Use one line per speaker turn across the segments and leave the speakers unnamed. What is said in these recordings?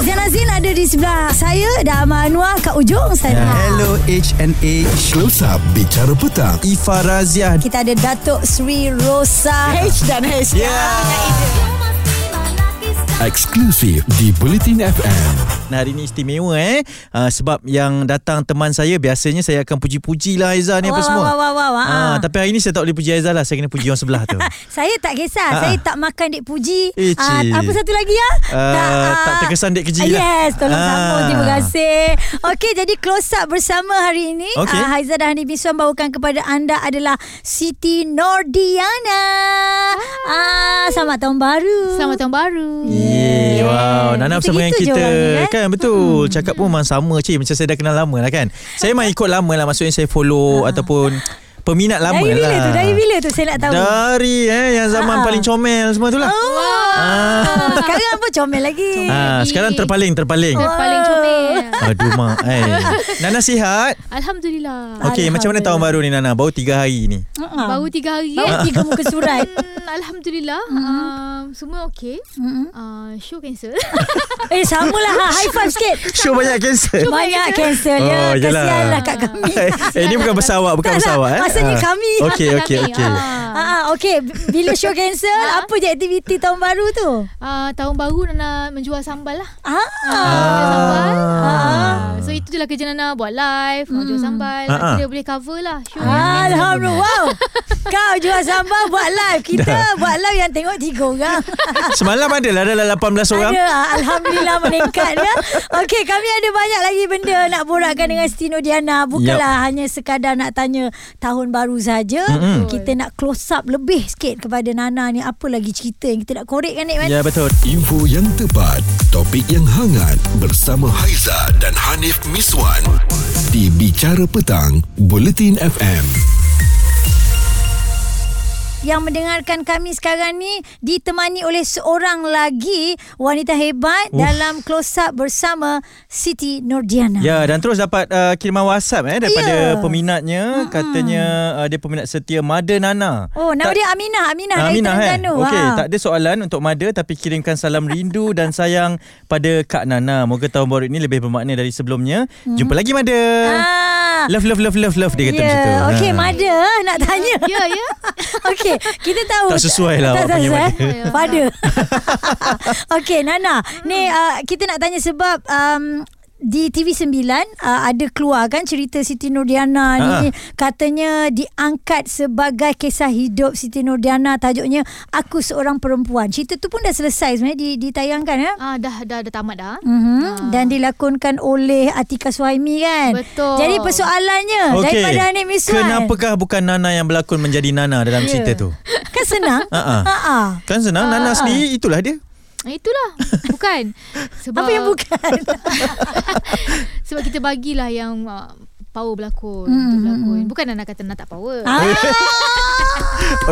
Zainal Zain ada di sebelah saya dan Amal Anwar kat ujung
Ya.
sana.
Hello HNA
Close Up Bicara Petang E
Ifa Razia
Kita ada Datuk Sri Rosa H dan H.
Ya.
Ah,
Eksklusif di Bulletin FM
Nah, hari ni istimewa eh uh, Sebab yang datang teman saya Biasanya saya akan puji-puji lah Aizah ni
Wah,
apa semua
wah, wah, wah, wah.
Ah, Tapi hari ni saya tak boleh puji Aizah lah Saya kena puji orang sebelah tu
Saya tak kisah
Ah.
Saya tak makan dek puji
Eh,
Ah,
cik.
Apa satu lagi ya
Ah, tak terkesan dek keji lah.
Yes Tolong
Ah.
sambung Terima kasih Okey jadi close up bersama hari ini
Okey.
Ah, Haiza dan Hanif Miswan Bawakan kepada anda adalah Siti Nordiana ah, Selamat tahun baru
Selamat tahun baru.
Yeay, wow.
Yeay.
Nana
Kita
bersama dengan
gitu je
kita.
orang ni, eh?
Kan betul. Cakap pun memang sama cik. Macam saya dah kenal lama lah kan. Saya memang ikut lama lah. Maksudnya saya follow ataupun peminat
Ah.
lama
Dari
lah.
bila tu Dari bila tu saya nak tahu
Dari eh yang zaman
Ah.
paling comel semua tu lah.
Oh.
Ah.
Sekarang pun comel lagi
Ah, sekarang terpaling terpaling.
Oh.
Saya paling comel.
Aduh mak eh. Nana sihat
Alhamdulillah.
Okey macam mana tahun baru ni Nana Baru 3 hari ni
Ah.
Baru tiga hari.
Baru
eh.
tiga muka surat
Hmm, Alhamdulillah. Um, semua okey.
Mm-mm.
Uh, show cancel.
Eh sama lah ha, High five sikit
Show banyak cancel
Banyak cancel
Eh. Oh,
ya
yelah.
Kasihanlah kat kami
Eh ini bukan pasal awak Bukan
Tak
pasal
lah,
awak eh.
maksudnya
Ah.
kami.
Okey okey
Kami,
okey
ah.
Ah, okay. Bila show cancel, apa je aktiviti tahun baru tu?
Ah, tahun baru Nana menjual sambal lah.
Ah.
Menjual sambal.
Ah.
Ah, So itu je lah kerja Nana buat live, menjual
Hmm.
sambal.
Ah, ah.
Kita boleh cover lah show.
Ah, Alhamdulillah Wow Kau jual sambal Buat live Kita buat live Yang tengok tiga orang
Semalam ada lah Dalam 18 orang
Ada ah, Alhamdulillah meningkat ya. Okey kami ada banyak lagi benda Nak borakkan dengan Stino Diana Bukanlah hanya sekadar nak tanya Tahun baru saja
Mm-mm.
Kita nak close up lebih sikit Kepada Nana ni Apa lagi cerita yang kita nak korek kan Nik Man?
Ya betul
Info yang tepat Topik yang hangat Bersama Haiza dan Hanif Miswan Di Bicara Petang Bulletin FM
yang mendengarkan kami sekarang ni ditemani oleh seorang lagi wanita hebat
Uff.
dalam close up bersama Siti Nordiana.
Ya dan terus dapat uh, kiriman WhatsApp eh
Ya.
daripada peminatnya katanya uh, dia peminat setia Mada Nana.
Oh, nama
Tak-
dia Aminah, Aminah dari
Aminah eh.
Terengganu.
Okey,
Ha.
tak ada soalan untuk Mada tapi kirimkan salam rindu dan sayang pada Kak Nana. Moga tahun baru ini lebih bermakna dari sebelumnya. Jumpa lagi Mada.
Hmm. Ah.
Love love love love love dia kata
Ya,
macam tu.
Okey,
Ha.
Mada nak tanya.
Ya, ya.
Okey, kita tahu.
Tak sesuai lah
Tak
awak punya
sesuai.
mada.
eh? Pada. Okey, Nana. Ni uh, kita nak tanya sebab um, di TV9 uh, ada keluar kan cerita Siti Nordiana
Ah.
ni katanya diangkat sebagai kisah hidup Siti Nordiana tajuknya aku seorang perempuan. Cerita tu pun dah selesai sebenarnya di- ditayangkan ya.
Ah, dah, dah, dah tamat dah.
Mm-hmm. Dan dilakonkan oleh Atika Suhaimi kan
Betul.
Jadi persoalannya okay.
Okey.
Daripada Hanif Miswan
Kenapakah bukan Nana yang berlakon menjadi Nana dalam
Ya.
cerita tu?
Kan senang ah.
Ha-ha.
Ha-ha.
Kan senang Nana sendiri itulah dia.
Ah, Itulah. Bukan. Sebab,
Apa yang bukan
Sebab kita bagilah yang uh, power berlakon. Mm, untuk berlakon. Bukan Nana kata Nana tak power.
Hmm, Ah,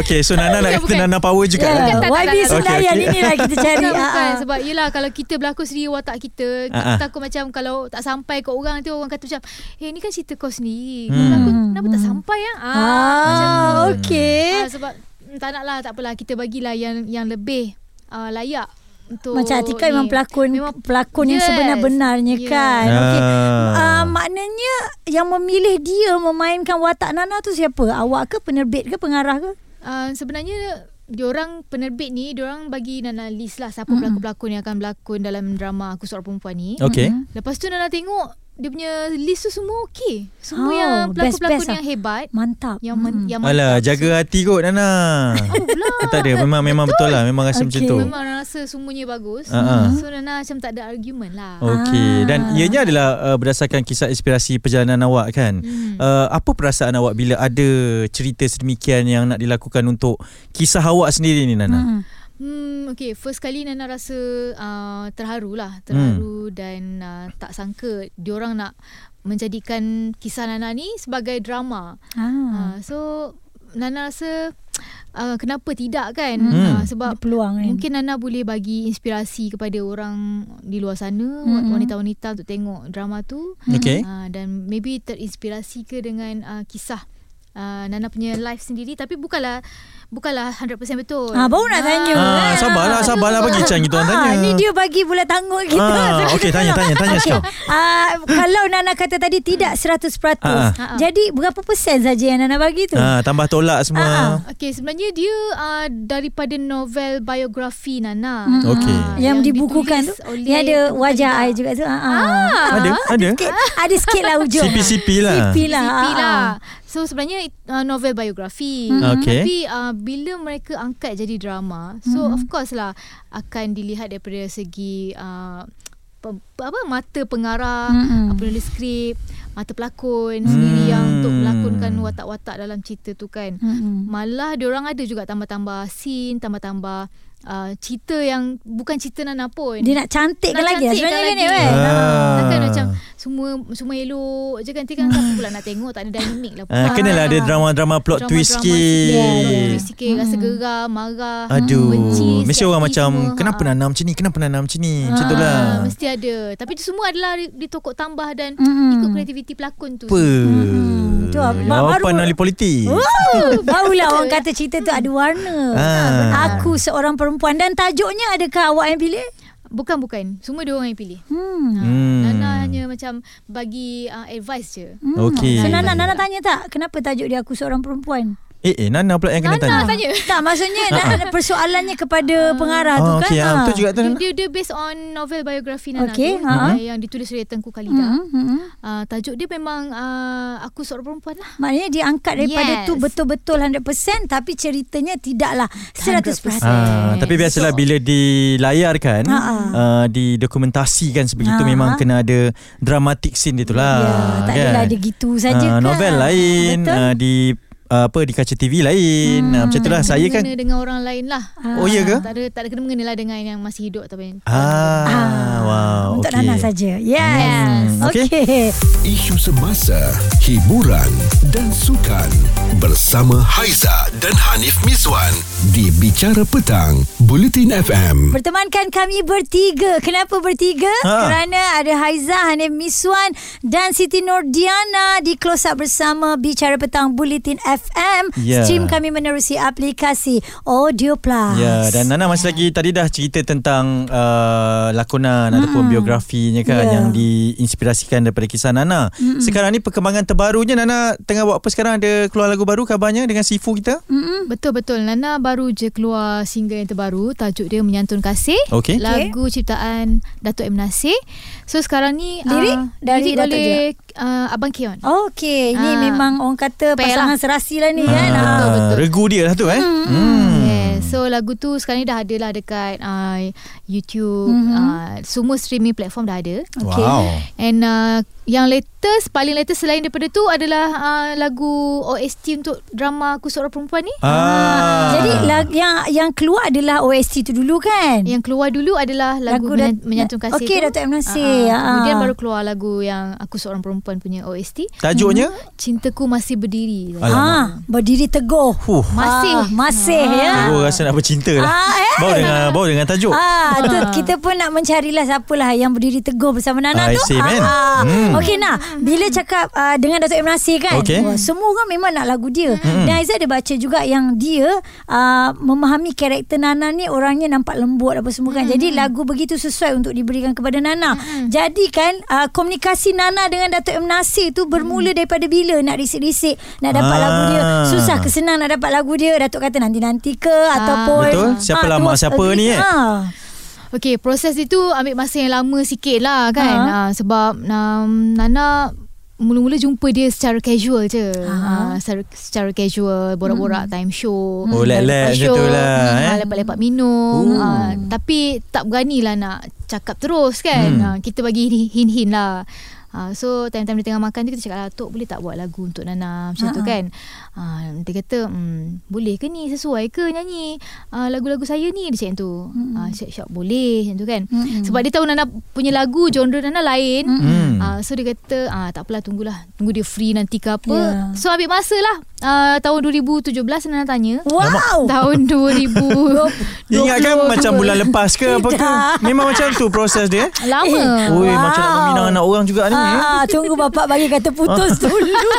Okey, so Nana nak
Bukan,
kata
bukan.
Nana power juga.
ya.
lah.
tak,
YB
tak, tak, tak.
Senayan
Okey, okey.
inilah kita cari Ah,
Bukan, bukan.
Ha-ha.
Sebab yelah kalau kita berlakon sendiri watak kita, kita
Ah, ah.
takut macam kalau tak sampai ke orang tu orang kata macam, "Eh ni kan cerita kau sendiri.
Hmm.
Hmm. Berlakon kenapa tak sampai ah?" Ah,
Ah,
macam tu.
okey.
Ah, sebab mm, tak naklah, tak apalah kita bagilah yang yang lebih uh, layak untuk
Macam Atika memang pelakon memang, pelakon yang
Yes.
sebenar-benarnya
Yeah.
kan. Okey.
Ah.
Uh, maknanya yang memilih dia memainkan watak Nana tu siapa? Awak ke penerbit ke pengarah ke?
Uh, sebenarnya diorang penerbit ni diorang bagi Nana list lah
Hmm.
siapa pelakon-pelakon yang akan berlakon dalam drama Aku Seorang Perempuan ni.
Okey.
Hmm,
Lepas tu Nana tengok dia punya list tu semua okey. Semua
Oh,
yang
best-best
pelakon-pelakon
lah. Hmm.
yang hebat.
Mantap.
Yang, men, yang
Alah,
mantap.
jaga hati
Oh,
kot Nana. Eh, tak ada, memang memang betul lah, memang rasa macam
Okey.
tu.
Memang Nana rasa semuanya bagus.
Ah, ah.
So Nana macam tak ada argument lah.
Ah.
Okey, dan ianya adalah uh, berdasarkan kisah inspirasi perjalanan awak kan.
Hmm.
Uh, apa perasaan awak bila ada cerita sedemikian yang nak dilakukan untuk kisah awak sendiri ni Nana?
Hmm.
Hmm, okay. First kali Nana rasa uh, terharu lah. Terharu hmm. dan uh, tak sangka diorang nak menjadikan kisah Nana ni sebagai drama.
Ah,
Uh, so Nana rasa uh, kenapa tidak kan?
Hmm.
Uh, sebab
ada peluang kan.
Mungkin Nana boleh bagi inspirasi kepada orang di luar
Mhm.
sana, mm-hmm. wanita-wanita untuk tengok drama tu Ah,
Okey.
uh, dan maybe terinspirasi ke dengan uh, kisah uh, Nana punya life sendiri tapi bukanlah bukanlah 100% betul.
Ah, baru nak tanya. Ah,
Ah, sabarlah, sabarlah bagi Chan kita orang tanya.
Ah, ni dia bagi bulat tanggut kita.
Ah, okey, tanya, tanya, tanya
Okey.
sekarang.
Ah, kalau Nana kata tadi tidak 100%.
Ah,
ah.
Jadi berapa persen saja yang Nana bagi tu?
Ah, tambah tolak semua.
Ah, ah.
Okey, sebenarnya dia uh, daripada novel biografi Nana.
Mm-mm.
Okey.
Ah,
Hmm. Yang, dibukukan tu
ditulis oleh
Yang ada
Tuan
wajah
Nina.
I juga tu ah, ah.
Ada? Ada?
Sikit, Ada sikit lah hujung
CP-CP lah.
CP lah, ah,
CP lah.
ah. Hmm.
So sebenarnya uh, novel biografi.
Mhm. Okey.
Tapi uh, bila mereka angkat jadi drama, so
Hmm.
of course lah akan dilihat daripada segi uh, pe- apa mata pengarah,
Mhm.
mm penulis skrip, mata pelakon sendiri
Hmm.
yang untuk melakonkan watak-watak dalam cerita tu kan.
Mm-mm.
Malah diorang ada juga tambah-tambah scene, tambah-tambah uh, cerita yang bukan cerita Nana pun.
Dia nak cantikkan
Nak
lagi lah
cantikkan
Sebenarnya dia ni
lagi.
kan
Ah.
Takkan macam semua semua elok je kan Nanti kan siapa pula nak tengok Tak ada dynamic lah
Ah, kenalah ada drama-drama plot
Drama-drama
twist sikit.
sikit.
Hmm.
Ya, ya.
Plot twist sikit Rasa geram, marah Hmm,
Aduh,
benci,
mesti orang
sakit
macam
semua.
kenapa
Ha.
nanam macam ni? Kenapa nanam macam ni? Macam
Ah,
tu lah.
Mesti ada Tapi itu semua adalah di- Ditokok tambah dan
Mm-mm.
Ikut kreativiti pelakon tu
Hmm. Apa?
Mm-mm. Tu lah,
Jawapan
baru-
ahli politik.
Oh, barulah orang kata cerita tu ada warna. Ha,
Ah.
Aku seorang perempuan dan tajuknya adakah awak yang pilih?
Bukan bukan Semua dia orang yang pilih
Hmm.
Hmm.
Nana hanya macam Bagi uh, advice je
Okey.
Hmm. So Nana, Nana tanya tak kenapa tajuk dia aku seorang perempuan?
Eh, eh Nana pula yang kena tanya.
Nana tanya
Tak maksudnya Nana, persoalannya kepada pengarah tu
Ah,
kan.
okey, ah, betul juga tu.
dia,
Nana.
dia, dia based on novel biografi Nana
Okey,
tu
ha.
uh, Yang ditulis oleh Tengku Khalida
Hmm, hmm, hmm.
Uh, tajuk dia memang uh, aku seorang perempuan lah.
Maknanya dia angkat daripada
Yes.
tu betul-betul 100% tapi ceritanya tidaklah 100%.
Ah, tapi biasalah bila dilayarkan,
Ha,
uh,
ha.
didokumentasikan sebegitu
Ha, ha.
memang kena ada dramatic scene dia tu lah.
ya, tak
kan?
adalah dia gitu saja
Ah,
kan.
Novel lain,
Betul.
ah, di ah, apa di kaca TV lain. Ah, macam tu lah. Saya kan
Hmm.
Kena dengan orang lain lah.
Oh, iya ke?
Tak ada tak ada kena mengena lah dengan yang masih hidup atau yang
Ah, wow.
Untuk
okey.
Nana saja. Yes.
Hmm, okey.
Okay. okay.
Isu semasa, hiburan dan sukan bersama Haiza dan Hanif Miswan di Bicara Petang, Bulletin FM.
Pertemankan kami bertiga. Kenapa bertiga?
Ha.
Ha. Kerana ada Haiza, Hanif Miswan dan Siti Nordiana di Close Up Bersama Bicara Petang Bulletin FM.
Ya.
Stream kami menerusi aplikasi Audio Plus.
Ya, dan Nana masih lagi tadi dah cerita tentang uh, lakonan mm. ataupun biografinya kan
Hmm. Ya. Hmm.
yeah. yang diinspirasikan daripada kisah Nana. Mm-mm. Sekarang ni perkembangan terbarunya Nana tengah buat apa sekarang? Ada keluar lagu baru kabarnya dengan Sifu kita? Mm.
Betul betul Nana baru je keluar single yang terbaru tajuk dia Menyantun Kasih.
Okey.
Lagu ciptaan Datuk M Nasir. So sekarang ni
Lirik dari
dari lirik
Datuk Oh.
oleh uh, Abang Kion.
Okey, ini
Ah.
memang orang kata
Pair
pasangan
lah.
serasi lah ni kan.
Ah,
Ah.
Regu dia lah tu eh.
Hmm,
Mm.
Yeah. So lagu tu sekarang ni dah ada lah dekat uh, YouTube, mm-hmm. uh, semua streaming platform dah ada.
Okey.
Hmm. Wow.
And uh, yang latest, paling latest selain daripada tu adalah uh, lagu OST untuk drama Aku Seorang Perempuan ni.
Ah.
Jadi lag, yang yang keluar adalah OST tu dulu kan?
Yang keluar dulu adalah
Lagu
lagu, lagu
Dat-
Menyan- Menyantun Kasih
Okey,
tu.
Datuk M. Nasir.
Ah, ah. Kemudian
Ah.
baru keluar lagu yang Aku Seorang Perempuan punya OST.
Tajuknya?
Hmm.
Cintaku Masih Berdiri.
Alamak.
Ah, berdiri teguh.
Huh.
Masih.
Ah, masih ya.
Terus rasa nak bercinta lah.
Ah, eh.
Bawa dengan bawa dengan tajuk.
Ah, tu kita pun nak mencarilah siapalah yang berdiri teguh bersama Nana
I
tu.
see, man.
Ah,
Hmm.
Okey nah, bila cakap uh, dengan Datuk M Nasir kan,
Okey. Hmm.
wah, semua orang memang nak lagu dia. Dan Aizah ada baca juga yang dia uh, memahami karakter Nana ni orangnya nampak lembut apa semua kan. Jadi lagu begitu sesuai untuk diberikan kepada Nana. Jadi kan uh, komunikasi Nana dengan Datuk M Nasir tu bermula daripada bila nak risik-risik nak dapat
Ah.
lagu dia. Susah ke senang nak dapat lagu dia. Datuk kata nanti-nanti ke ataupun
Betul.
Ah,
Siapa lama,
terus
siapa
agree.
ni, eh?
Ah.
Okey, proses itu ambil masa yang lama sikit lah kan.
Ah.
Uh-huh. sebab um, Nana mula-mula jumpa dia secara casual je. Uh-huh. secara, secara casual, borak-borak hmm. time show.
Oh, lelet
lepas
macam tu lah,
hmm,
eh.
Lepak-lepak minum.
Ooh.
Uh, tapi tak beranilah nak cakap terus kan. Hmm. Uh, kita bagi hin- hin-hin lah. Uh, so time-time dia tengah makan tu kita cakap lah Tok boleh tak buat lagu untuk Nana macam tu kan uh, Dia kata hmm, boleh ke ni sesuai ke nyanyi uh, lagu-lagu saya ni dia cakap tu uh, syak-syak boleh macam tu kan
Mm-mm.
sebab dia tahu Nana punya lagu genre Nana lain
Hmm.
"Ah, uh, so dia kata ah, tak apalah tunggulah tunggu dia free nanti ke apa
Yeah.
so ambil masa lah uh, tahun 2017 Nana tanya.
Wow.
Tahun 2000.
Ingatkan kan macam bulan lepas ke apa ke?
Tidak.
Memang macam tu proses dia.
Lama.
Eh.
Ui,
Wow.
macam nak meminang anak orang juga ni. eh.
ya?
Ah, ah, tunggu bapak bagi kata putus dulu.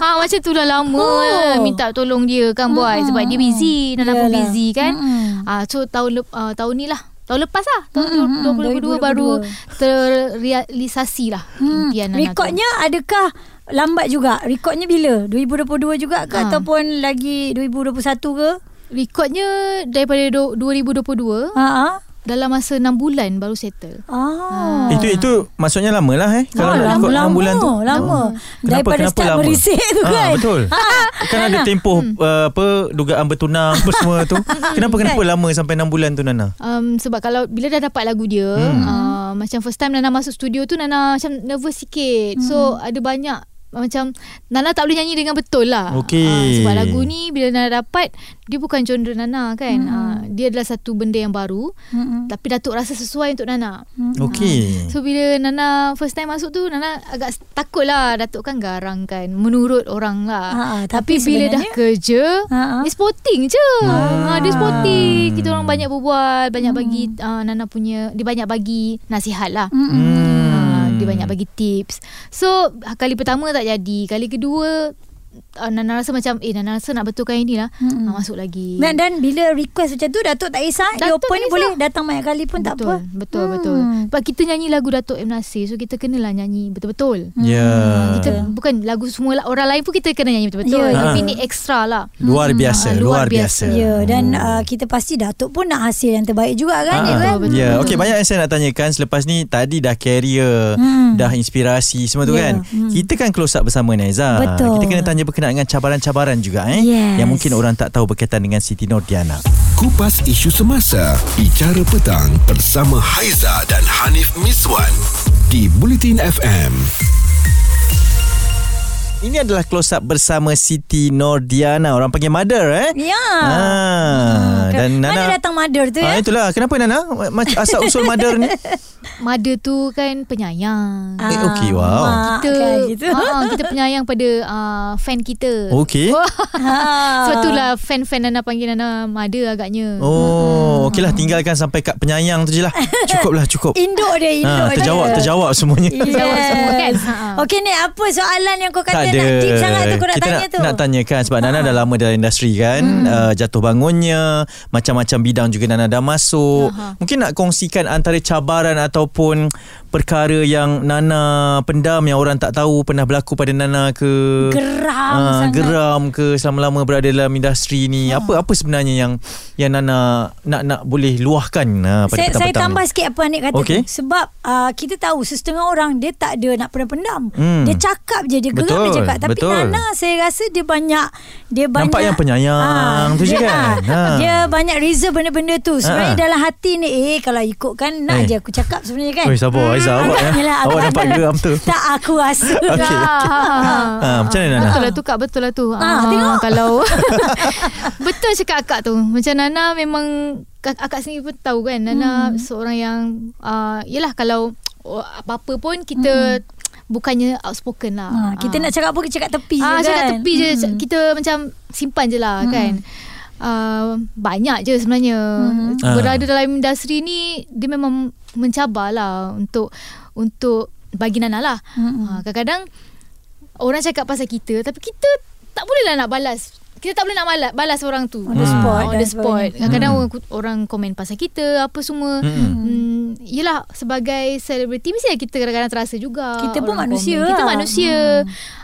ha, macam tu lah lama
Oh.
oh. minta tolong dia kan boy
Mm-mm.
sebab dia busy Nana pun
Yalah.
busy kan
Mm-mm.
ha, so tahun lep, uh, tahun ni lah tahun lepas lah tahun
Mm-mm.
2022 baru terrealisasi lah
Hmm.
impian Nana
Rekodnya adakah lambat juga? Rekodnya bila? 2022 juga ke
Ha.
ataupun lagi 2021 ke?
tu. rekodnya daripada do- 2022
Ha ah.
dalam masa 6 bulan baru settle
Ah. Oh,
Eh,
Itu itu maksudnya lama lah eh. Kalau nak ikut enam bulan tu.
Lama.
hmm.
Oh. Kenapa,
Daripada
kenapa
start
lama?
merisik tu
Ah,
kan. Hmm.
betul. Kan ada tempoh uh, apa dugaan bertunang apa semua tu. Kenapa kenapa
Kan?
lama sampai 6 bulan tu Nana?
Hmm.
Um, sebab kalau bila dah dapat lagu dia
Hmm.
hmm. uh, macam first time Nana masuk studio tu Nana macam nervous sikit hmm. so ada banyak macam Nana tak boleh nyanyi dengan betul lah
Okey.
Ah, sebab lagu ni bila Nana dapat dia bukan genre Nana kan hmm. dia adalah satu benda yang baru
Mm-mm.
tapi Datuk rasa sesuai untuk Nana
Okey.
So bila Nana first time masuk tu Nana agak takut lah Datuk kan garang kan Menurut orang lah
Ha, ha, tapi
Tapi, bila dah
sebenarnya-
kerja
Ha, ha.
Dia sporting je
Ah.
ha. Dia sporting Kita orang banyak berbual Banyak
Hmm.
bagi uh, Nana punya Dia banyak bagi nasihat lah
Mm-mm.
Ah,
Hmm.
Dia banyak bagi tips So Kali pertama tak jadi Kali kedua uh, Nana rasa macam Eh Nana rasa nak betulkan ini lah
Mm-mm.
Ah, Masuk
Hmm.
lagi
Dan, dan bila request macam tu Datuk tak kisah
Datuk
You open
tak
ni
kisah.
boleh Datang banyak kali pun tak
betul,
apa
Betul betul
Hmm.
Sebab kita nyanyi lagu Datuk M Nasir So kita kenalah nyanyi betul-betul
Hmm.
Ya.
Kita bukan lagu semua la- orang lain pun kita kena nyanyi
Ah. Ya,
betul-betul yeah,
ya. Hmm.
Tapi ni extra lah
Luar biasa,
Ah,
luar
luar
biasa.
Ya
biasa.
yeah, dan uh, kita pasti Datuk pun nak hasil yang terbaik juga kan dia
Hmm. Ah,
kan?
Ya, okey banyak yang saya nak tanyakan selepas ni tadi dah career,
Hmm.
dah inspirasi semua tu
Ya,
kan. Kita kan close up bersama Naiza.
Betul.
Kita kena tanya berkenaan dengan cabaran-cabaran juga eh
Yes.
yang mungkin orang tak tahu berkaitan dengan Siti Nordiana.
Kupas isu semasa Bicara petang Bersama Haiza dan Hanif Miswan Di Bulletin FM
Ini adalah close up bersama Siti Nordiana, orang panggil mother eh.
Ya. Hmm, kan.
Ah, dan
Mana
Nana
datang mother tu
Ah
ya?
itulah kenapa Nana Mac- asal usul mother ni?
Mother tu kan penyayang
eh, okey, wow.
Kita
Kita Ah, kan, gitu.
ah, ah, Kita penyayang pada uh, fan kita
Okey.
Ah.
Sebab itulah fan-fan Nana panggil Nana mother agaknya
Hmm.
Oh, okeylah tinggalkan sampai kat penyayang tu je lah. Cukup lah, cukup.
Induk dia, induk
Ah,
dia.
terjawab, terjawab semuanya.
Terjawab semua kan?
Yes.
Ha, ha.
Okey ni apa soalan yang kau kata
Tak ada.
nak deep sangat tu kau nak
Kita
tanya tu?
nak,
Ah. Hmm.
nak tanyakan sebab Nana dah lama dalam industri kan. Uh, jatuh bangunnya, macam-macam bidang juga Nana dah masuk. Mungkin nak kongsikan antara cabaran ataupun perkara yang Nana pendam yang orang tak tahu pernah berlaku pada Nana ke.
Geram
Ah,
sangat. Ah.
geram ke selama-lama berada dalam industri ni. Apa apa sebenarnya yang yang Nana nak nak boleh luahkan uh, pada
saya,
petang-petang
saya tambah
ni?
sikit apa Anik kata
Okey.
okay. tu sebab uh, kita tahu sesetengah orang dia tak ada nak pendam-pendam
Hmm.
dia cakap je dia geram
Betul,
dia cakap tapi
betul.
Nana saya rasa dia banyak dia banyak
Nampak yang penyayang tu je
dia-
kan?
ah,
Ha.
dia banyak reserve benda-benda tu sebenarnya
Ha.
dalam hati ni eh kalau ikutkan nak
Eh.
je aku cakap sebenarnya kan
Oi, sabar Aiza awak eh.
Yelah, aku-
Awak nampak geram tu.
tak aku rasa
Okey.
Ah,
Ah, macam mana Nana?
Betul lah tu Kak Betul lah tu
Ah, tengok.
Kalau Betul cakap akak tu Macam Nana memang Kak, Akak sendiri pun tahu kan
Hmm.
Nana seorang yang uh, Yelah kalau oh, Apa-apa pun kita Bukannya outspoken lah
ha, Hmm. kita nak cakap apa kita cakap tepi je kan
ah,
Hmm.
Cakap tepi je Kita macam Simpan je lah kan Uh, banyak je sebenarnya
Hmm.
Ah.
berada dalam industri ni dia memang mencabar lah untuk untuk bagi Nana lah
Hmm.
uh, kadang-kadang orang cakap pasal kita tapi kita tak boleh lah nak balas kita tak boleh nak balas, balas orang tu
On the spot
Ah,
dan
on the spot
sebagainya.
kadang-kadang
Hmm.
orang, orang komen pasal kita apa semua
Hmm.
hmm. Hmm, yelah sebagai selebriti mesti kita kadang-kadang terasa juga
Kita pun
orang
manusia
komen. kita
lah.
manusia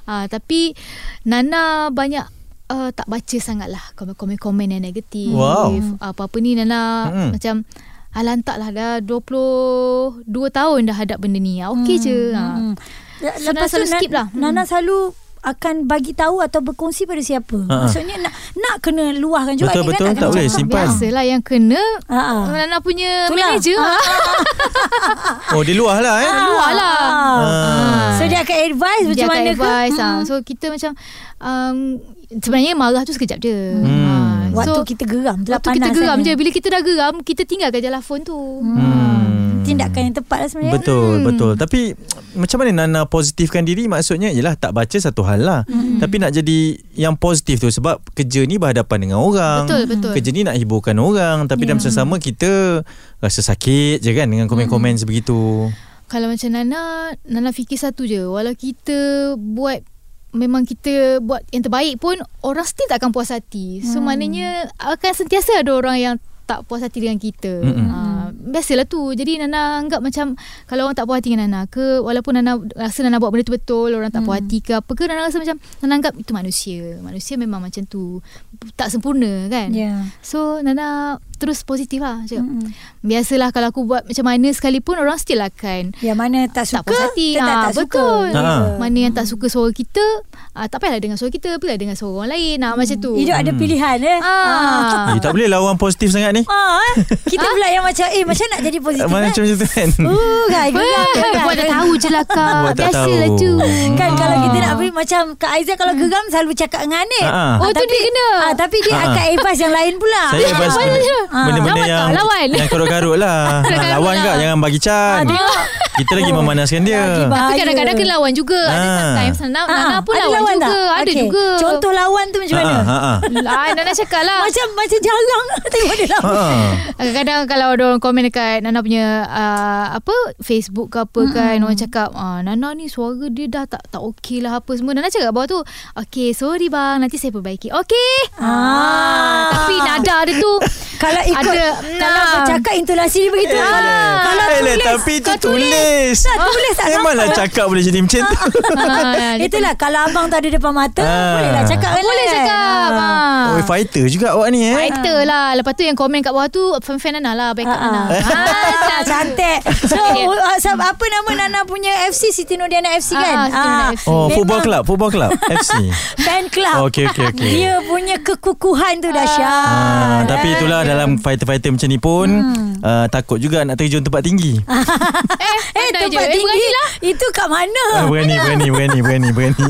Ah, tapi Nana banyak uh, tak baca sangat lah komen-komen yang negatif.
Wow.
Apa-apa ni Nana
Mm-mm.
macam Alah tak lah dah 22 tahun dah hadap benda ni. Ah, Okey je.
Hmm.
Hmm. So,
Lepas
Nana
tu
selalu skip lah.
Nana Nana selalu akan bagi tahu atau berkongsi pada siapa.
Ha, ha.
Maksudnya nak nak kena luahkan juga
Betul,
Ni
betul,
kan,
tak
kena
boleh
cakap.
simpan.
Biasalah yang kena Ah,
Ha, ha.
Nana punya
Itulah.
manager.
Ah,
Ah,
Oh, di luar lah eh.
Keluar lah.
Ah.
Ah.
So dia akan advise
Dia
macam
akan
mana
advice
ke? Mm.
ah.
Mm-mm.
So kita macam um, sebenarnya marah tu sekejap je.
Hmm.
Ha,
Waktu so, kita geram tu lah
waktu kita
panas
geram
rasanya.
je. Bila kita dah geram, kita tinggalkan je lah phone tu.
Hmm.
Tindakan yang tepat lah sebenarnya
Betul, betul. Tapi macam mana Nana positifkan diri maksudnya ialah tak baca satu hal lah. Hmm. Tapi nak jadi yang positif tu sebab kerja ni berhadapan dengan orang.
Betul, betul.
Kerja ni nak hiburkan orang tapi yeah. dalam sesama kita rasa sakit je kan dengan komen-komen hmm. sebegitu.
Kalau macam Nana, Nana fikir satu je. Walau kita buat memang kita buat yang terbaik pun orang still tak akan puas hati. So hmm. maknanya akan sentiasa ada orang yang tak puas hati dengan kita.
Mm-mm.
Ha, biasalah tu. Jadi Nana anggap macam kalau orang tak puas hati dengan Nana ke walaupun Nana rasa Nana buat benda tu betul, orang tak puas hati ke apa ke Nana rasa macam Nana anggap itu manusia. Manusia memang macam tu. Tak sempurna kan.
Ya Hmm.
So Nana terus positif lah cakap. Mm-hmm. Biasalah kalau aku buat macam mana sekalipun orang still akan
Ya mana tak
tak
suka
puas hati.
Kita tak,
Ah,
tak suka
betul.
Ha.
Mana yang tak suka suara kita, ah, tak payahlah dengan suara kita, pergilah dengan suara orang lain. Ah, macam tu.
Hidup
Hmm.
ada pilihan eh
Ah.
Eh, tak boleh lah orang positif sangat ni.
Ah, eh. Kita pula yang macam Eh macam nak jadi positif
Mana
eh?
macam tu kan.
Uh, kan, geram, kan,
Ha, Buat tak tahu je lah
Buat
kak
tak
Biasalah
tahu.
tu
Kan
Ah. Hmm.
kalau kita nak beri Macam Kak Aizah kalau geram Selalu cakap dengan Anip
Ha.
Oh tu dia kena
Ah, tapi dia
Ah.
akan advice yang lain pula.
Saya advise
lawan
benda-
je.
benda-benda
Lawan
yang
tak? Lawan.
yang karut-karut lah. Ha,
Karut-karut
lawan
lah.
kak jangan bagi can. Kita lagi memanaskan dia.
Lagi bah-
Tapi
bahaya.
kadang-kadang kena lawan juga Ada
Ah.
sometimes Nana,
Ah,
Nana pun
ada
lawan, juga
tak?
Ada
Okey.
juga
Contoh lawan tu macam mana?
Ha, ha, ha.
lah, Nana cakap lah
Macam macam jarang tengok dia lawan.
Ha.
Kadang-kadang kalau ada orang komen dekat Nana punya uh, apa Facebook ke apa kan orang cakap ah, Nana ni suara dia dah tak tak okey lah apa semua Nana cakap bawah tu okay sorry bang nanti saya perbaiki okay
Ah.
tapi nada dia tu
Kalau ikut
Ada,
kalau
nah.
bercakap intonasi dia begitu.
Eh,
Ah. Kalau
eh, lah,
tulis
tapi tu
kau
tulis. Ah.
Tak tulis tak
Memanglah
sampai.
cakap boleh jadi macam tu.
Ah, dia
Itulah kalau abang tu ada depan mata
Ah.
bolehlah cakap kan.
boleh cakap ah.
Oh, fighter juga awak ni eh.
Fighter lah Lepas tu yang komen kat bawah tu Fan-fan Nana lah Backup Nana
Ah, ah. cantik. So uh, sab- apa nama Nana punya FC Siti Nurdiana FC kan?
Ah, Siti Nurdiana FC.
Oh,
Memang Ah.
football club, football club FC.
Fan club.
Okey, okey, okey.
Dia punya kekukuhan tu dahsyat.
Ah, tapi
Eh.
itulah dalam fighter-fighter macam ni pun hmm. uh, takut juga nak terjun tempat tinggi.
Ah.
Eh,
Eh
pandai je.
tempat
Eh,
tinggi
beranilah.
Itu kat mana
Ah, berani, berani, berani, berani, berani.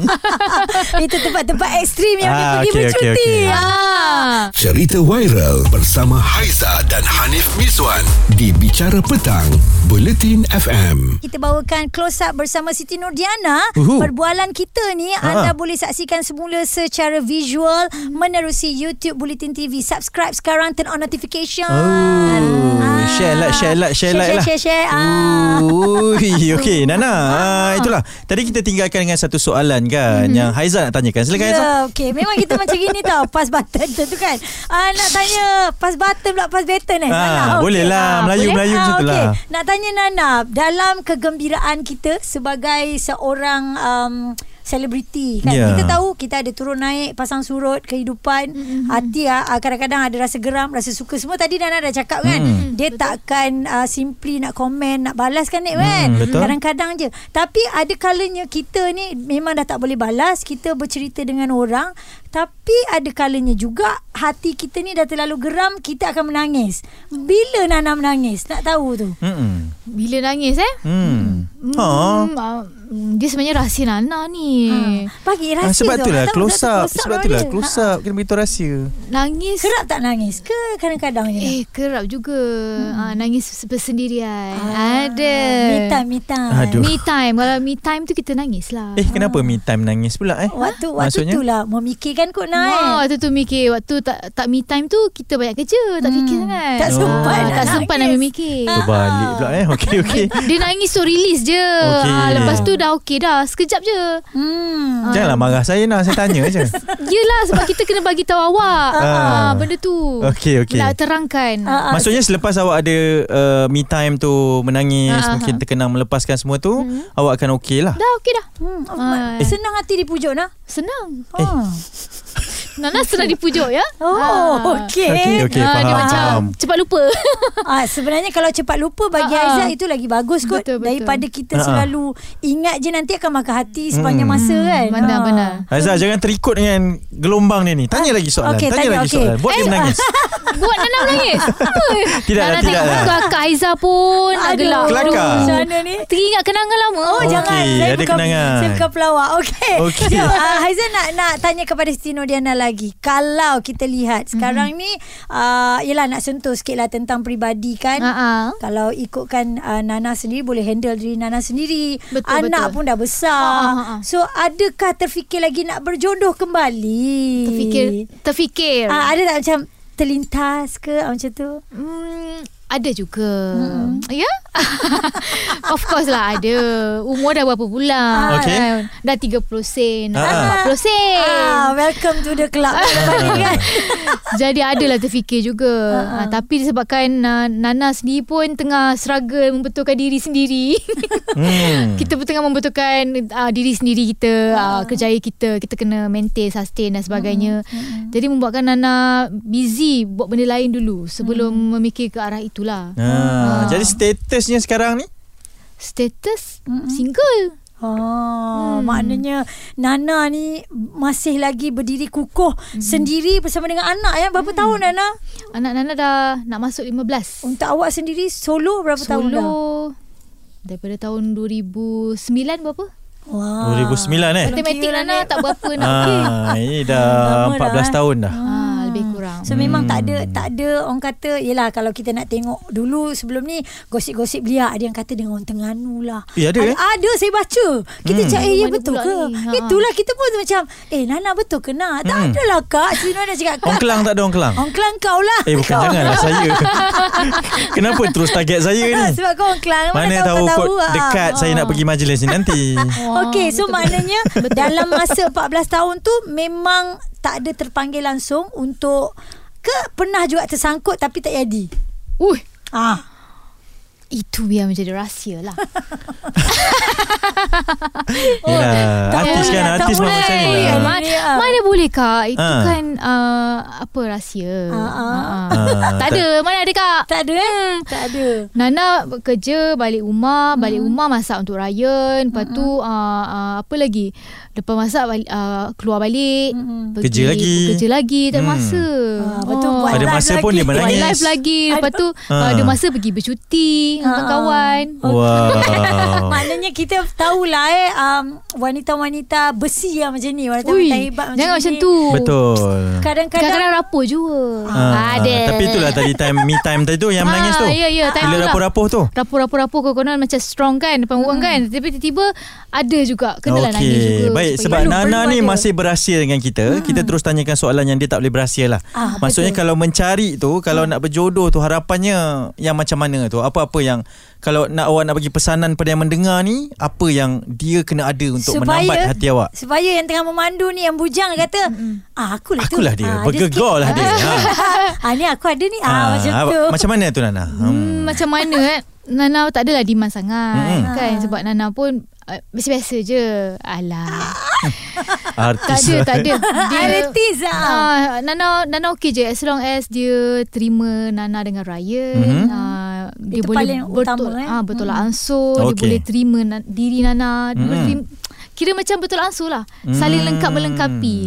Itu tempat-tempat ekstrim Yang dia
Ah,
pergi
okey, okey,
bercuti
okey.
Ah.
Cerita viral bersama Haiza dan Hanif Miswan di Bicara Petang, Buletin FM.
Kita bawakan close up bersama Siti Nurdiana.
Uhu.
Perbualan kita ni
Ha.
anda boleh saksikan semula secara visual menerusi YouTube Bulletin TV. Subscribe sekarang turn on notification.
Oh,
Ah.
share like, share like, share like lah.
Share, share, share. Ah.
Ui, okey Nana. Ah, itulah. Tadi kita tinggalkan dengan satu soalan kan yang Haiza nak tanyakan. Silakan Haiza.
Hmm. Ya, okay. Memang kita macam gini tau. Pas button tu, tu kan. Ah, nak tanya pas button pula pas button eh.
Ah, boleh lah. Melayu- Melayu macam tu
Ah, okey.
lah.
Nak tanya Nana, dalam kegembiraan kita sebagai seorang um, selebriti kan.
Ya.
Kita tahu kita ada turun naik, pasang surut kehidupan. Mm-hmm. Hati ah, kadang-kadang ada rasa geram, rasa suka semua. Tadi Nana dah cakap kan.
Hmm.
Mm. Dia takkan uh, simply nak komen, nak balas kan Nik kan.
Hmm, betul.
Kadang kadang je tapi ada kalanya kita ni memang dah tak boleh balas kita bercerita dengan orang tapi ada kalanya juga hati kita ni dah terlalu geram kita akan menangis bila Nana menangis nak tahu tu
Hmm.
Bila nangis eh
Hmm. Ha.
Hmm, ah, Dia sebenarnya rahsia Nana ni
Ha, bagi
Ah,
rahsia
sebab
tu
itulah
Nak tahu
close
tak
up. Sebab itulah
dia.
close up. Kena beritahu rahsia.
Nangis
Ha, kerap tak nangis ke kadang-kadang je
Eh kerap juga hmm. ah, Nangis bersendirian Ada
Ah. me time me time
Aduh.
Me time Kalau me time tu kita nangis lah
Eh, kenapa me time nangis pula eh?
waktu waktu
Maksudnya?
tu lah memikirkan kot
Wah,
Nana eh.
waktu tu mikir Waktu tak, tak me time tu Kita banyak kerja Tak fikir sangat
Hmm. Tak sempat
Ah,
nak
Tak sempat nak
nangis.
mikir
Terbalik pula eh. Okey, okey.
Dia nangis tu release je
Okey. Ah.
ah, Lepas tu dah okey dah Sekejap je
hmm
Ah.
Janganlah marah saya nak saya tanya je.
Yelah sebab kita kena bagi tahu awak
Ah.
ah. Benda tu
Okey, okey.
Nak terangkan
Ah, ah.
Maksudnya selepas awak ada uh, me time tu menangis,
Ah, ah,
mungkin terkenang melepaskan semua tu, hmm. awak akan okey lah.
Dah okey dah
eh.
Hmm,
Ah.
senang hati dipujuk nak
Senang
eh.
Ah. Nana senang dipujuk ya.
Oh,
Ah.
okey.
Okey, okey,
Ah, dia
faham,
macam
faham.
cepat lupa.
Ah, sebenarnya kalau cepat lupa bagi
Ah, ah.
Aizat itu lagi bagus kot
Betul, betul.
daripada kita
Ah, ah.
selalu ingat je nanti akan makan hati sepanjang
Hmm.
masa kan.
Benar,
Ah.
benar.
Aizah jangan terikut dengan gelombang dia ni. Tanya lagi soalan.
Okey,
tanya,
tanya,
lagi
okey.
soalan. Buat dia
Eh,
menangis.
Buat Nana menangis.
Tidaklah,
Nana tengok
tidaklah.
muka Kak Aiza pun nak
Aduh,
gelap.
lah, Kelakar.
Macam mana ni?
Teringat kenangan lama.
Oh,
Okey,
jangan. Saya
ada
bukan,
kenangan.
Saya bukan pelawak. Okey.
Okey.
So, uh, Haizan nak nak tanya kepada Siti Nodiana lagi. Kalau kita
Hmm.
lihat sekarang ni, uh, yelah nak sentuh sikit lah tentang peribadi kan.
Ah, ah.
Kalau ikutkan uh, Nana sendiri boleh handle diri Nana sendiri.
Betul,
Anak
betul.
pun dah besar.
Ah, ah, ah.
So adakah terfikir lagi nak berjodoh kembali?
Terfikir. Terfikir.
Uh, ada tak macam terlintas ke ah, macam tu?
Hmm, ada juga. Ya? Yeah? of course lah ada. Umur dah berapa pula?
Okey.
Kan? Dah 30 sen,
Ah.
dah 40 sen.
Ah, welcome to the club. kan?
Jadi adalah terfikir juga.
Ah, ah.
Ha, tapi disebabkan uh, Nana sendiri pun tengah struggle membetulkan diri sendiri.
Hmm.
kita pun tengah membetulkan uh, diri sendiri kita,
Ah.
uh, kerjaya kita, kita kena maintain, sustain dan sebagainya.
Hmm,
Jadi membuatkan Nana busy buat benda lain dulu sebelum
Hmm.
memikir ke arah itulah.
Ah, jadi statusnya sekarang ni?
Status single.
Oh, hmm. maknanya Nana ni masih lagi berdiri kukuh hmm. sendiri bersama dengan anak ya. Berapa hmm. tahun Nana?
Anak Nana dah nak masuk 15.
Untuk awak sendiri solo berapa tahun
Solo
dah?
daripada tahun 2009 berapa?
Wah.
2009 eh?
Matematik
kira lah,
Nana
ni.
tak berapa nak okey.
Ah, ini
Lama
dah
dah,
14
eh.
tahun dah.
Ah, lebih kurang.
So hmm. memang tak ada tak ada orang kata yelah kalau kita nak tengok dulu sebelum ni gosip-gosip belia ada yang kata dengan orang Terengganu lah.
Eh, ada,
ada,
eh?
ada saya baca. Kita hmm. cakap eh
Mana
ya betul
pula
ke?
ni? Ha.
Itulah kita pun macam eh Nana betul ke nak? Tak
Hmm.
adalah kak. Cina dah cakap
Orang
kak.
Kelang tak ada orang Kelang?
Orang Kelang kau lah.
Eh bukan janganlah saya. Kenapa terus target saya ni?
Ha, Sebab kau orang Kelang
Mana
kau
tahu
kau
kot
ah.
dekat saya nak pergi majlis ni nanti.
Wah,
Okey, so
betul-betul.
maknanya dalam masa 14 tahun tu memang tak ada terpanggil langsung untuk ke pernah juga tersangkut tapi tak jadi.
Ui,
Ah,
itu biar menjadi rahsia lah.
Yelah,
tak
artis
boleh,
kan
Eh, tak
artis memang
boleh.
macam ni
Ya,
lah.
Mak-
Ma-
Ini, ah.
Mana boleh kak Itu
Ah.
kan uh, Apa rahsia
Ah, ah.
Ah, ah.
Ah,
Tak ada Mana ada kak
tak ada eh? Tak ada.
Nana kerja balik rumah, balik hmm. rumah masak untuk Ryan, lepas
Hmm.
tu uh, uh, apa lagi? Lepas masak balik, uh, keluar balik,
Mm-mm.
pergi
Kerja lagi.
Kerja lagi, tak ada
Hmm.
masa.
Hmm.
Oh.
Ah, betul buat
Ada
live
masa
lagi.
pun dia
Buat
menangis.
live lagi, lepas tu
Ah.
uh, ada masa pergi bercuti dengan
Ah.
kawan.
Wow.
Maknanya kita tahulah eh um, wanita-wanita besi yang macam ni,
Ui,
wanita-wanita hebat macam
jangan
ni.
macam tu.
Betul.
Kadang-kadang
Kadang-kadang rapuh juga.
Ah,
Ada.
Tapi itulah tadi time me time tadi tu yang menangis tu.
Ah, Ya, ya. time tu
Bila
lah.
rapuh-rapuh tu.
rapuh-rapuh-rapuh kau konon macam strong kan
Hmm.
depan orang kan tapi tiba-tiba ada juga kenalah okay. nangis juga
Baik
supaya-
sebab
Perlu,
Nana
perlu
ni
ada.
masih berahsia dengan kita. Hmm. Kita terus tanyakan soalan yang dia tak boleh berahsia lah.
Ah,
Maksudnya
betul.
kalau mencari tu, kalau nak berjodoh tu harapannya yang macam mana tu? Apa-apa yang kalau nak awak nak bagi pesanan pada yang mendengar ni, apa yang dia kena ada untuk menambat hati awak?
Supaya yang tengah memandu ni yang bujang dia kata, ah akulah tu.
Akulah dia,
Ah,
bergegor lah dia.
sikit. ah ni aku ada ni. Ah, macam
apa-
tu.
Macam mana tu Nana?
Hmm, macam mana eh Nana tak adalah demand sangat
Mm-mm.
kan sebab Nana pun uh, biasa-biasa je
Ah.
alah tak
Artis.
ada tak ada
Ah,
Artis ah.
Ah, Nana Nana okey je as long as dia terima Nana dengan Ryan
Mhm.
mm-hmm. ah, dia
Itu
boleh
paling
bertol
utama, eh.
ah bertolak mm-hmm. ansur dia
Okey. Hmm.
boleh terima na- diri Nana dia
Mm-mm.
boleh terima, kira macam bertolak ansur lah saling
Mm.
lengkap melengkapi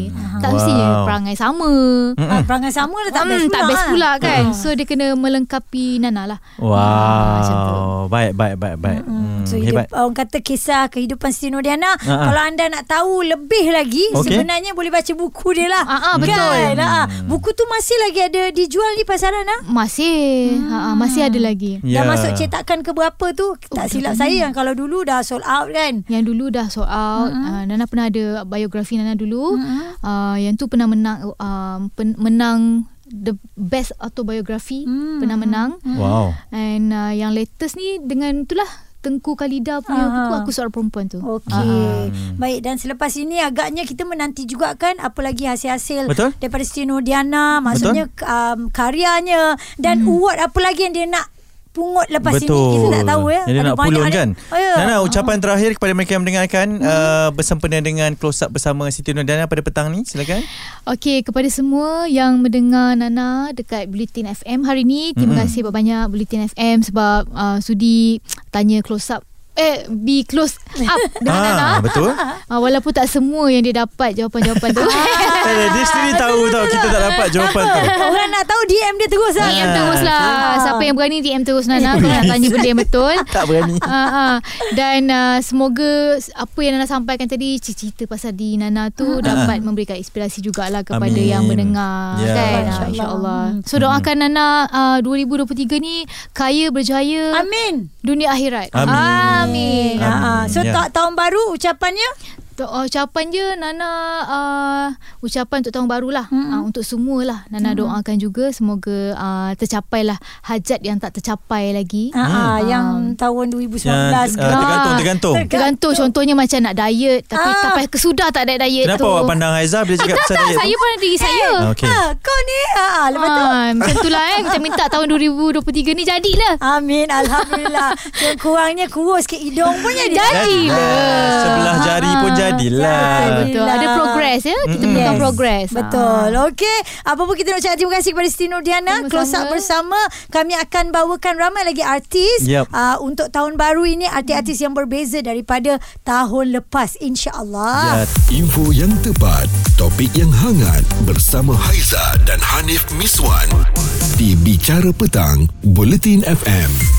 tak
Wow.
mestinya perangai sama
Ah, perangai sama dah tak
Mm,
best pula.
tak best
ah.
pula kan so dia kena melengkapi Nana lah Ah, macam tu.
Wow. Baik, baik, baik, baik. Hmm,
So
hebat.
hidup, orang kata kisah kehidupan Siti Nodiana
Ha-ha.
Kalau anda nak tahu lebih lagi
Okey. Hmm.
Sebenarnya boleh baca buku dia lah
Ah, ah, betul.
kan? Ah, ah. Buku tu masih lagi ada dijual di pasaran ah?
masih ha, ah, masih ada lagi
Ya.
Dah masuk cetakan ke berapa tu Tak
Oh,
silap saya kan Kalau dulu dah sold out kan
Yang dulu dah sold out. Mm-hmm. Uh, Nana pernah ada biografi Nana dulu. Mm-hmm. Uh, yang tu pernah menang uh, pen, menang the best autobiography, mm-hmm. pernah menang.
Wow.
And uh, yang latest ni dengan itulah Tengku Kalida punya
Ah.
buku aku seorang perempuan tu. Ah,
Okey. Baik dan selepas ini agaknya kita menanti juga kan apa lagi hasil-hasil
Betul.
daripada Siti Nurdiana maksudnya um, karyanya dan award apa lagi yang dia nak pungut lepas
Hmm. Betul.
ini kita tak tahu ya.
Jadi
Ada
nak
banyak
pulun
ada-
kan.
Oh, ya. Hmm.
Nana, ucapan terakhir kepada mereka yang mendengarkan uh, bersempena dengan close up bersama Siti Nurdana pada petang ni. Silakan.
Okey, kepada semua yang mendengar Nana dekat Bulletin FM hari ni, terima
Mm-mm.
mm-hmm. kasih banyak-banyak Bulletin FM sebab uh, sudi tanya close up eh be close up dengan Nana.
Ah, betul.
Uh, walaupun tak semua yang dia dapat jawapan-jawapan tu. Ah.
Tak ada, Eh, dia sendiri tahu tahu kita tak dapat jawapan tu.
Orang nak tahu DM dia terus lah.
DM teruslah.
Ah.
Siapa yang berani DM terus Nana kalau nak tanya benda yang betul.
Tak berani.
Ah, ah. Dan uh, semoga apa yang Nana sampaikan tadi cerita pasal di Nana tu dapat memberikan inspirasi jugalah kepada
Ah. Amin.
yang mendengar
Ya. Hmm.
kan
InsyaAllah.
Ah, insyaallah. So doakan Nana uh, 2023 ni kaya berjaya
Amin.
dunia akhirat.
Amin.
Amin. Ah, So
Ya.
tak tahun baru ucapannya
Tu- uh, ucapan je Nana uh, ucapan untuk tahun baru lah hmm. uh, untuk semualah Nana hmm. doakan juga semoga uh, tercapailah hajat yang tak tercapai lagi
ah, ah, yang tahun 2019
Hmm.
ke.
Ya, ah, tergantung tergantung.
Tergantung.
Tergantung contohnya macam nak diet
Ah.
tapi ah. tak payah kesudah tak ada diet
Kenapa
tu.
awak pandang Haizah bila cakap pasal
tak,
diet
saya
tu?
pandang diri saya.
Ah, Okey.
Ah, kau ni ah, ah, lepas tu
Ah, macam tu lah eh. Macam minta tahun 2023 ni jadilah.
Amin Alhamdulillah Yang kurangnya kurus ke hidung pun Ah, jadi
Jadi
Jadilah.
lah.
Sebelah jari pun jadilah.
Betul. Ada progress ya. Kita
Mm-mm.
bukan
Yes.
progress. Ah.
Betul. Okey, apa pun kita nak cakap terima kasih kepada Siti Nurdiana.
Sama-sama.
Close up bersama kami akan bawakan ramai lagi artis
Yep.
uh, untuk tahun baru ini artis-artis yang berbeza daripada tahun lepas
Ya,
insya-Allah.
Info yang tepat, topik yang hangat bersama Haiza dan Hanif Miswan di Bicara Petang, Bulletin FM.